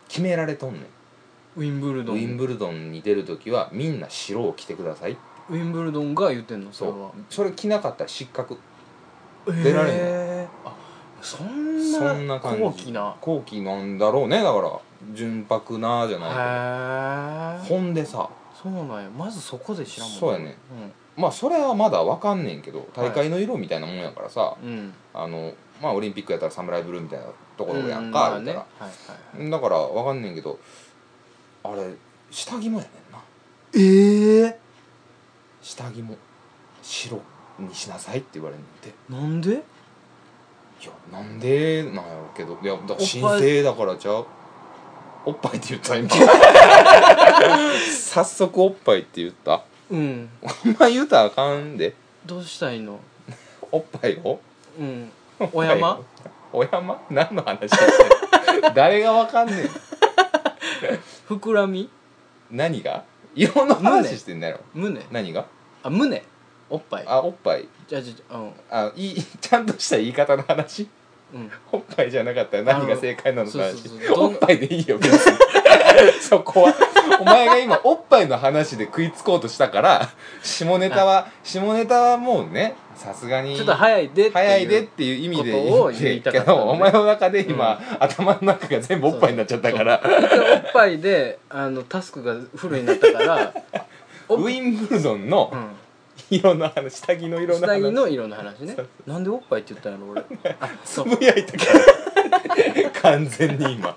B: 決められとんねん
A: ウィンブルド
B: ウ
A: ン
B: ィンブルドンに出る時はみんな白を着てください
A: ウィンブルドンが言ってんのそ
B: そ
A: れ
B: う
A: は
B: それ着なかったら失格出られへん
A: へーあそんな
B: そんな感じ
A: 高貴な
B: 高貴なんだろうねだから純白なじゃない
A: へえ
B: ほんでさ
A: そうなんやまずそこで知らんもん
B: そうやねまあそれはまだわかんねんけど大会の色みたいなもんやからさ、
A: うんうん
B: あのまあオリンピックやったらサムライブルーみたいなところやん
A: ま
B: か、
A: あ
B: 言う
A: ね
B: たら
A: はいはいはい
B: だからわかんねんけどあれ下着もやねんな
A: ええ
B: 下着も白にしなさいって言われんねんて
A: なんで
B: いやなんでなんやろうけどいやだ
A: おっぱい
B: 神聖だからちゃうおっぱいって 言った今早速おっぱいって言った
A: うん
B: あんま言うたらあかんで
A: どうしたいの
B: おっぱいを
A: うんお山
B: お山何の話してん の誰がわかんねん
A: 膨らみ
B: 何が色の話してんだろ
A: 胸
B: 何が
A: あ胸おっぱい
B: あおっぱい
A: じゃあじゃあじゃあうん
B: あいいちゃんとした言い方の話
A: うん
B: おっぱいじゃなかったら何が正解なのか
A: あ
B: な
A: のそうそうそうどん
B: おっぱいでいいよ別に そこはお前が今おっぱいの話で食いつこうとしたから下ネタは下ネタはもうねさすがに
A: ちょっと早いでっていう
B: 早いでっていう意味で
A: ことを
B: っ
A: 言いたか
B: け
A: ったの
B: ど
A: ね
B: お前の中で今、頭の中が全部おっぱいになっちゃったから
A: おっぱいであのタスクがフルになったからおっ
B: ウィンブルドンの
A: うん
B: 色の話下着の色の
A: 下
B: 話
A: 着の色の話ねなんでおっぱいって言ったんやろ 俺あそう
B: つぶやいたから 完全に今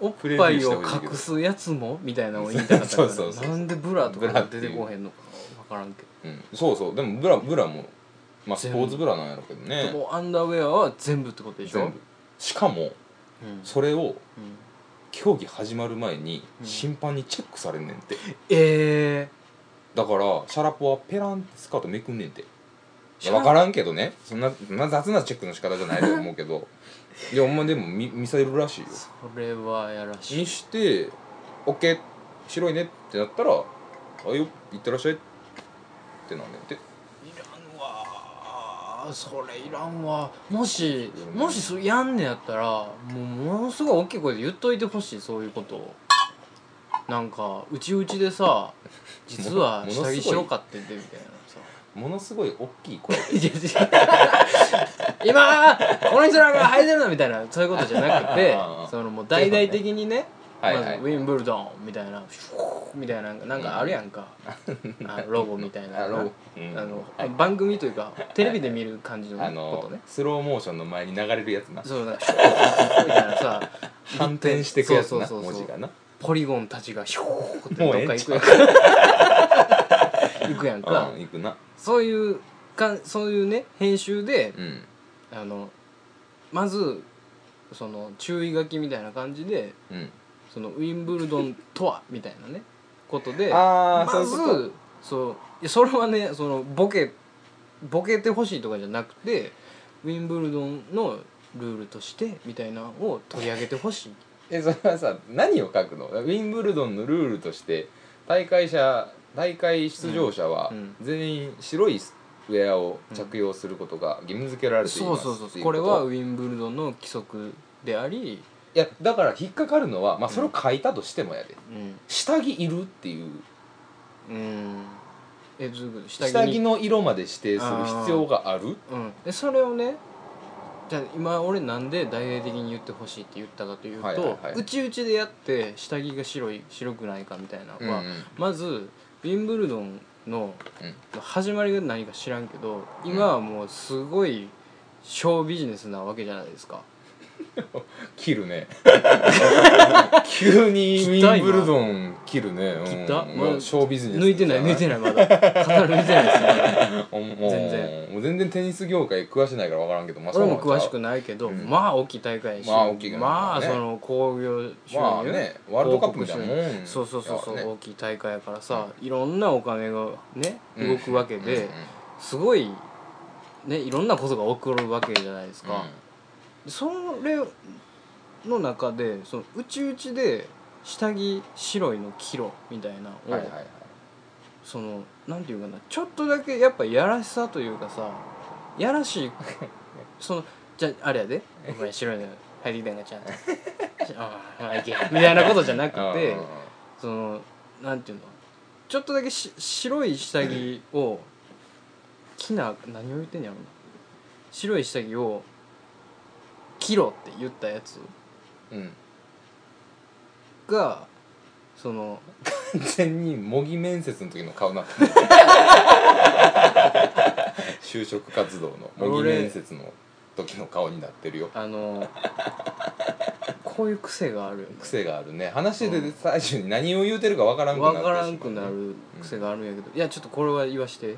A: おっぱいを隠すやつもみたいなのを言いたかったから
B: そうそうそうそう
A: なんでブラとか出てこへんのか分からんけ
B: うん、そうそうでもブラブラもまあス
A: 全
B: ポ
A: 部
B: ーツブラなんやろうけど
A: ど、
B: ね
A: もうアンダーウェアは全部ってことでしょ
B: 全部しかも
A: うんうん
B: それを競技始まる前に
A: うん
B: 審判にチェックされんねんて、
A: え
B: だからシャラポはペランってスカートめくんねんてい
A: ー、
B: や分からんけどねそんなそんな雑なチェックの仕方じゃないと思うけどいやほんまでも見見されるらしいよ
A: それはやらし
B: に
A: い
B: して「オッケー白いね」ってなったら「あよいってらっしゃい」ってなんねんて
A: いらんわーそれいらんわもし
B: いらんね
A: もしそれやんねやったらもうものすごい大きい声で言っといてほしいそういうことをなんかうちうちで さ実は
B: もの
A: 下
B: すご
A: 着
B: い
A: 白かってんでみたいなさ
B: ものすごい大きい声で
A: 今この人らが履いてるのみたいなそういうことじゃなくて
B: あー
A: そのもう大々的にね
B: はいはい
A: まずウィンブルドンみたいなシューみたいななんかあるやんか、あのロゴみたいな
B: あの、うん
A: あの
B: はい
A: 番組というかテレビで見る感じの
B: あ
A: ねこ
B: の
A: とね
B: スローモーションの前に流れるやつな
A: そうなんかシューみたいなさ
B: 反転してくやつな
A: そうそうそう
B: 文
A: そう
B: 字がな
A: ポリゴンたちがヒョーってど
B: もう
A: っ
B: ええ
A: か
B: ん
A: 行
B: ち
A: くや
B: ゃうん
A: 行くやんか、
B: うんいくな
A: そういうかんそういうね編集で、
B: うん
A: あのまずその注意書きみたいな感じで
B: うん
A: そのウィンブルドンとはみたいなねことで
B: あ
A: ま
B: あそう
A: ず
B: いう
A: そ
B: こと
A: ういやそれはねそのボケボケてほしいとかじゃなくてウィンブルドンのルールとしてみたいなのを取り上げてほしい
B: えそれはさ何を書くのウィンブルドンのルールとして大会者大会出場者は
A: うん
B: 全員白いウェアを着用することが義務付けられてい
A: そ
B: ま
A: う
B: す
A: そうそう
B: ってい
A: これ
B: と
A: はウィンブルドンの規則であり、
B: いやだから引っかかるのはまあそれを書いたとしてもやで
A: うん、
B: 下着いるっていう
A: うんえどういうこと下着に
B: 下着の色まで指定する必要がある
A: うん、でそれをねじゃあ今俺なんで大々的に言ってほしいって言ったかというと、
B: はいはいはいう
A: ちうちでやって下着が白い白くないかみたいな
B: うん
A: のは、まずウィンブルドンの始まりが何か知らんけど今はもうすごいショービジネスなわけじゃないですか
B: 切 るね急にウィンブルドン切るねうん
A: 切った
B: もうショービジネス
A: 抜いてない抜いて
B: ない
A: ないま だ肩抜いてないですね全
B: 全然全然テニス業界詳しないから分からんけどまあ
A: 俺も詳しく
B: な
A: ないけど、
B: うん
A: まあ大きい大会やし、
B: まあ大きいからね
A: まあその興行収入、
B: まあねワールドカップみたいなもん
A: そうそうそうそう、
B: だからね
A: 大きい大会やからさ、いろんなお金がね動くわけで、
B: うんうん
A: すごいねいろんなことが起こるわけじゃないですか、それの中でそのうちうちで下着白いの着ろみたいなのを、
B: うんはいはいはい
A: そのなんていうかなちょっとだけやっぱやらしさというかさやらしいそのじゃああれやでお前白いの入ってきたんかちゃんとああいけみたいなことじゃなくて
B: うんうんうん
A: そのなんていうのちょっとだけし白い下着を着な何を言ってんやろな白い下着を着ろって言ったやつ
B: うん
A: がその
B: 完全に模擬面接の時の顔な 就職活動の模擬面接の時の顔になってるよ
A: あのこういう癖があるよね
B: 癖があるね話で最初に何を言うてるかわからんくなって
A: 分からんくなる癖があるんやけど、いやちょっとこれは言わして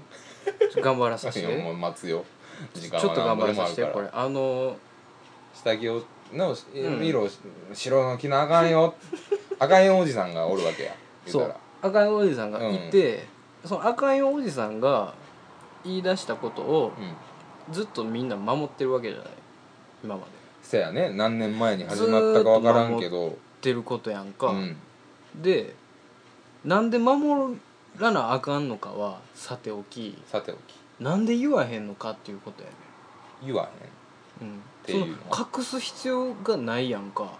A: ちょ頑張らさせ
B: いやも
A: て
B: う待つよ時
A: ち
B: 間
A: ょっ
B: は
A: と頑張ら
B: 何ぼでも
A: さ
B: あ
A: せて
B: るから
A: これあの
B: 下着をの
A: うん
B: 色を白の着なあか んよあかんよおじさんがおるわけや言
A: そう
B: た
A: う
B: ら
A: 赤いおじさんがいて、その赤いおじさんが言い出したことを
B: うん
A: ずっとみんな守ってるわけじゃない今まで
B: せやね何年前に始まったかわからんけど
A: 言ってることやん
B: う
A: か、
B: ん
A: でなんで守らなあかんのかはさておき
B: さておき
A: なんで言わへんのかっていうことやね
B: 言わ
A: うん
B: て
A: そ
B: いう
A: の
B: の
A: 隠す必要がないやんか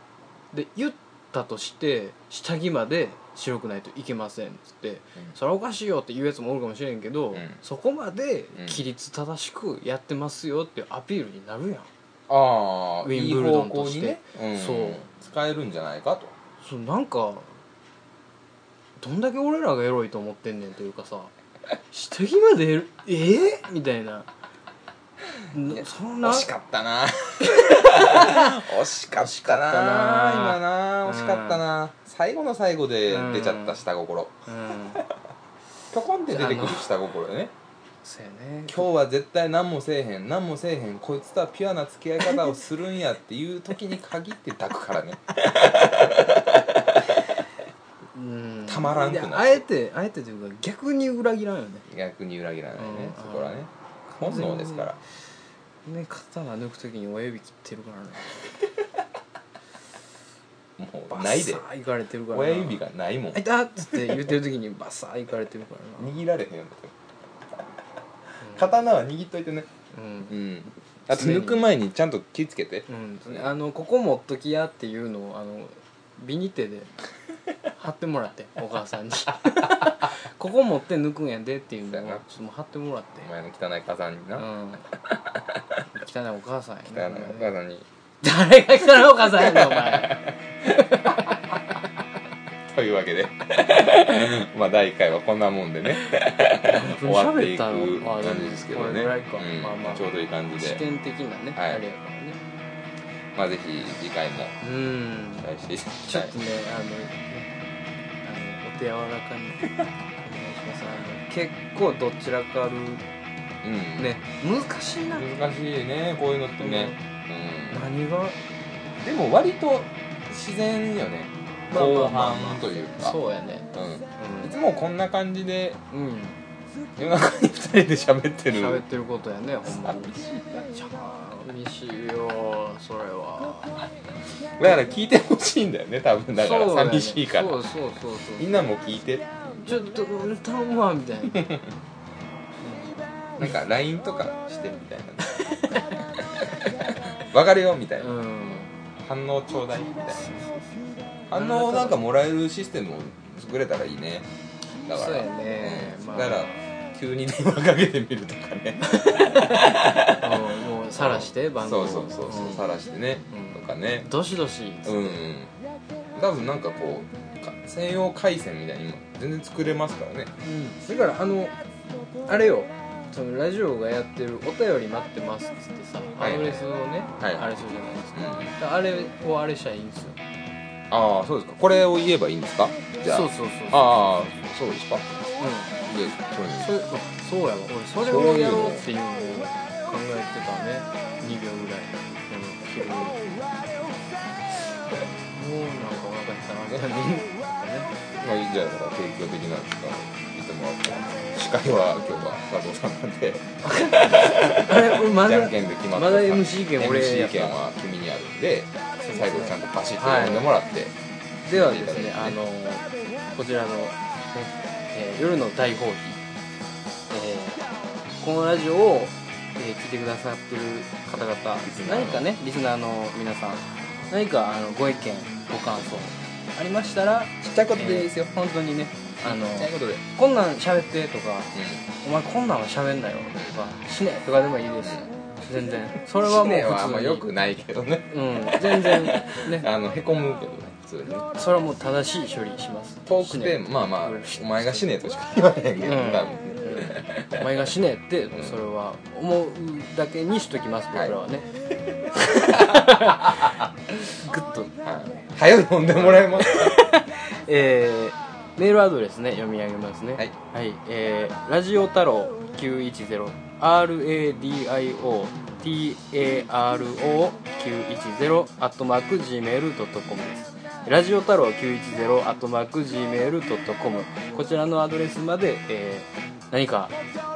A: で言ったとして下着まで白くないといけませんっつって
B: へん、うん
A: それはおかしいよって言うやつもおるかもしれんけど、
B: うん
A: そこまで
B: うん
A: 規律正しくやってますよっていうアピールになるやん
B: ああ
A: ウィンブルドンとして
B: いい方向にね、
A: そう
B: 使えるんじゃないかと
A: そうなんかどんだけ俺らがエロいと思ってんねんというか さ下着までエロええみたいななそんな
B: 惜しかっ たな惜しかったな
A: 惜しかったな
B: 今な惜しかったな、最後の最後で出ちゃっ
A: う
B: た
A: ん
B: 下心
A: うん
B: ぴょこんって出てくる下心ね
A: そうやね
B: 今日は絶対何もせえへん何もせえへんこいつとはピュアな付き合い方をするんやっていう時に限って抱くからね
A: うん
B: たまらんくなる
A: いやあえてあえてというか逆に裏切らんよね
B: 逆に裏切らないね
A: うん
B: そこらね本能ですから
A: ね刀抜く時に親指切ってるからね
B: も
A: バ
B: う
A: ッ
B: ないで
A: サーいかれてるからな
B: 親指がないもん
A: あいたっつって言ってる時にバッサーいかれてるからな
B: 握られへんよ刀は握っといてね
A: うん
B: うんあと抜く前にちゃんと気つけて
A: うん、あのここ持っときやっていうのをあのビニテで貼ってもら ってお母さんにここ持って抜くんやでっていうのをち
B: そうや
A: ょ
B: な
A: っともう貼ってもらって
B: お前の汚い母さんに
A: う
B: な、汚い
A: ん汚いお母さん
B: お
A: やね
B: 母さんに
A: 誰が汚いお母さんやねんお前
B: というわけ でまあ第1回はこんなもんで ね終わっていく感じですけど
A: これ
B: ね
A: ぐらいか、
B: うん
A: まあまあ
B: ちょうどいい感じ
A: 視
B: で
A: 点的なね、
B: はい
A: あれやからね
B: まあぜひ次回も
A: うん
B: 期待していただき
A: ちょ
B: た
A: っ
B: い
A: とね、あの、あの、お手柔らかに。お願いします。あの結構どちらかある。
B: うん
A: ね、難しいな。
B: 難しいねこういうのってね、う
A: 何
B: ん
A: が。
B: でも割と自然よね
A: まあまあ
B: 後
A: まあ
B: 半というか、
A: そうやね。
B: う、
A: うん
B: いつもこんな感じで
A: ん。うん。
B: 夜中に2人で喋ってる
A: 喋ってることやね、ほんまに。
B: 寂しい
A: 寂しいよ、それは。
B: なだから聞いてほしいんだよね多分だから
A: そうやね
B: 寂しいから、
A: そうそうそうそ
B: み
A: う。
B: んなも聞いて
A: ちょっと、うん、頼むわみたいな。
B: なんか LINE とかしてみたいなわかるよみたいな、
A: う ん。
B: 反応ちょうだいみたいな反応をなんかもらえるシステムを作れたらいいねだから
A: そうやね
B: うん
A: まあ
B: だから急に電話かけてみるとかね
A: うんもうさらして番
B: そ
A: 号
B: うそうそうそう、
A: ん
B: さらしてね、
A: うん
B: とかね
A: どしどし
B: うんうん多分なんかこうか西洋回線みたいに今全然作れますからね
A: それからあのあれよそのラジオがやってる「お便り待ってます」っつってさア
B: はい
A: ドレスをね、
B: はい
A: あれするじゃないですか,、
B: うん
A: あれをあれしたらいいんですよ
B: ああそうですかこれを言えばいいんですかじゃあ
A: そうそうそうそう
B: ああそうですかでそうです
A: それそうやわ俺それをやろうっていうのを考えてたね2秒 ぐらいこの昼もうなんかお腹減ったなみたいなね
B: まあいいじゃあだから提供的な時間を言ってもらって司会は今日は佐藤さんなんで
A: あれ俺ま
B: じゃ
A: だ
B: んけんで決まった
A: まだ MC 権俺
B: MC 権は君にあるんで最後ちゃんとパシッと
A: はい
B: 読んでもらって、
A: ではですねあのこちらの、ねえー夜の大放棄」えーこのラジオを、えー聞いてくださってる方々
B: スナーの
A: 何かねリスナーの皆さん何かあのご意見ご感想ありましたら
B: ちっちゃいこと
A: えー本当にねあの
B: ちっちゃいことで、うん、
A: こんなん喋ってとかお前こんなんは喋んなよとかしねとかでもいいです全然それはもう
B: 死ねはあん
A: 普
B: ま
A: 通に
B: よくないけどね
A: うん全然ね
B: あのへこむけどね普通にね
A: それはもう正しい処理します
B: トークテーマまあまあお前が死ねとしか言われへんけど、
A: うん
B: 多分ね
A: お前が死ねって
B: うん
A: それは思うだけにしときます
B: はい
A: 僕らはねグッと
B: はい早い飲んでもらえます
A: えーメールアドレスね読み上げますね
B: はい、
A: えーラジオ太郎 910RADIO TARO910 アットマーク Gmail.com ですラジオ太郎910アットマーク Gmail.com こちらのアドレスまで、えー何か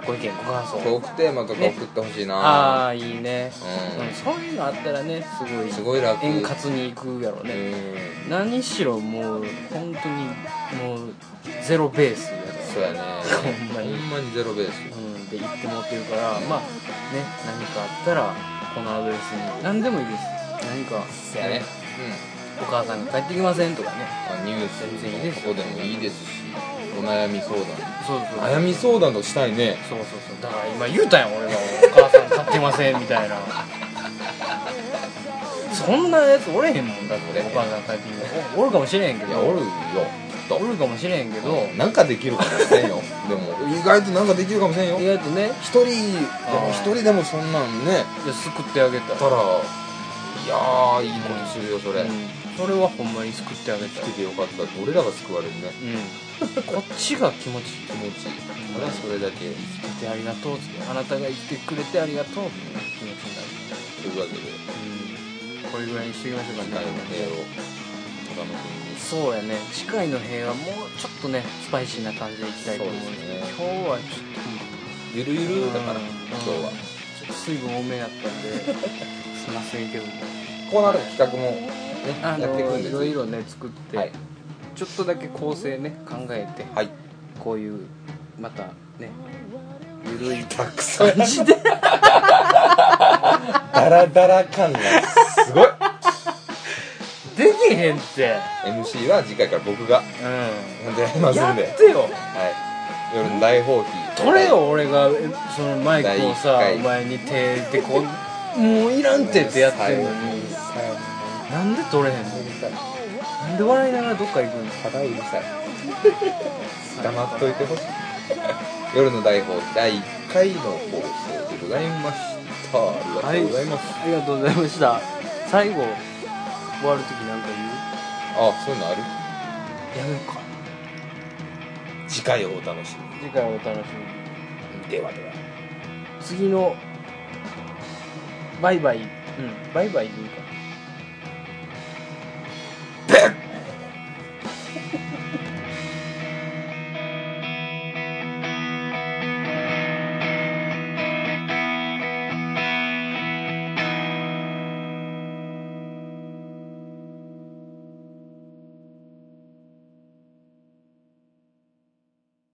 A: ご意見ご感想
B: トークテーマとか送ってほしい
A: あ
B: な、
A: あいいね、
B: うん
A: うんそういうのあったらねすごい
B: すごい楽
A: 円滑にいくやろ
B: う
A: ね、
B: ん
A: 何しろもう本当にもうゼロベースやから
B: そうやね
A: ほんまに
B: ほんまにゼロベース
A: うんで言ってもらってるからまあね何かあったらこのアドレスに何でもいいです何か、
B: やね
A: お母さんが帰ってきませんとかね
B: うんニュー
A: 全然いいで
B: ス
A: す
B: のことでもいいですしお悩み相
A: そうそう
B: 談悩み相談とかしたいね
A: そうそうそうだから今言うたやん俺はお母さん買ってませんみたいなそんなやつおれへんもんだってお母さん帰ってきておおるかもしれへんけ
B: い
A: ど
B: やおるよきっ
A: おるかもしれへんけど
B: となんかできるかもしれんよ でも意外となんかできるかもしれん
A: 意
B: よ
A: 外とね
B: 一人でも
A: あー
B: 一人でもそんなんね
A: いや救ってあげた
B: やったらいやーいいことするよそれ、
A: うんそれはほんまに救ってあげた
B: 来ててよかったって俺らが救われるね
A: うんこっちが気持ちいい
B: 気持ちいい俺はそれだけ
A: 生きててありがとうっつってあなたが生きてくれてありがとうっていう気持ちにな
B: というわけで
A: る、うん、これぐらいにしておきましょうかね
B: 今回の平和をお楽しみに
A: そうやね次回の平和もうちょっとねスパイシーな感じでいきたいと思う
B: そうですね
A: 今日はち
B: ゆるゆ
A: ょっと
B: るだか
A: う
B: ら
A: ん
B: 今
A: ちょ
B: 日は
A: っと水分多めやった んですいませんけども
B: こうなる企画もね
A: あ
B: やってい
A: の
B: くんで
A: い
B: す
A: ろいろね作って、
B: はい
A: ちょっとだけ構成ね考えて
B: はい
A: こういうまたねゆるい
B: たくさ
A: 感じで
B: ダラダラ感がすごい
A: できへんって、
B: MC は次回から僕が
A: う
B: やってま
A: ん、
B: す
A: や
B: んで
A: ってよ
B: はい夜の大放棄
A: 取れよ俺がえそのマイクをさ
B: 第一回
A: お前に手でこうもういらんてってやってんのに
B: さよ
A: なんで取れへんの
B: うるさい
A: なんで笑いながらどっか行くの
B: ただうるさい黙っといてほしい 夜の大放棄第1回の放送でございましたありがとうございます、
A: ありがとうございました最後終わる時なんか
B: あそういうのある
A: 言うやめようか
B: 次回をお楽し
A: 次回お楽しみに
B: みにではでは
A: 次のバイバイうんバイバイでいいかな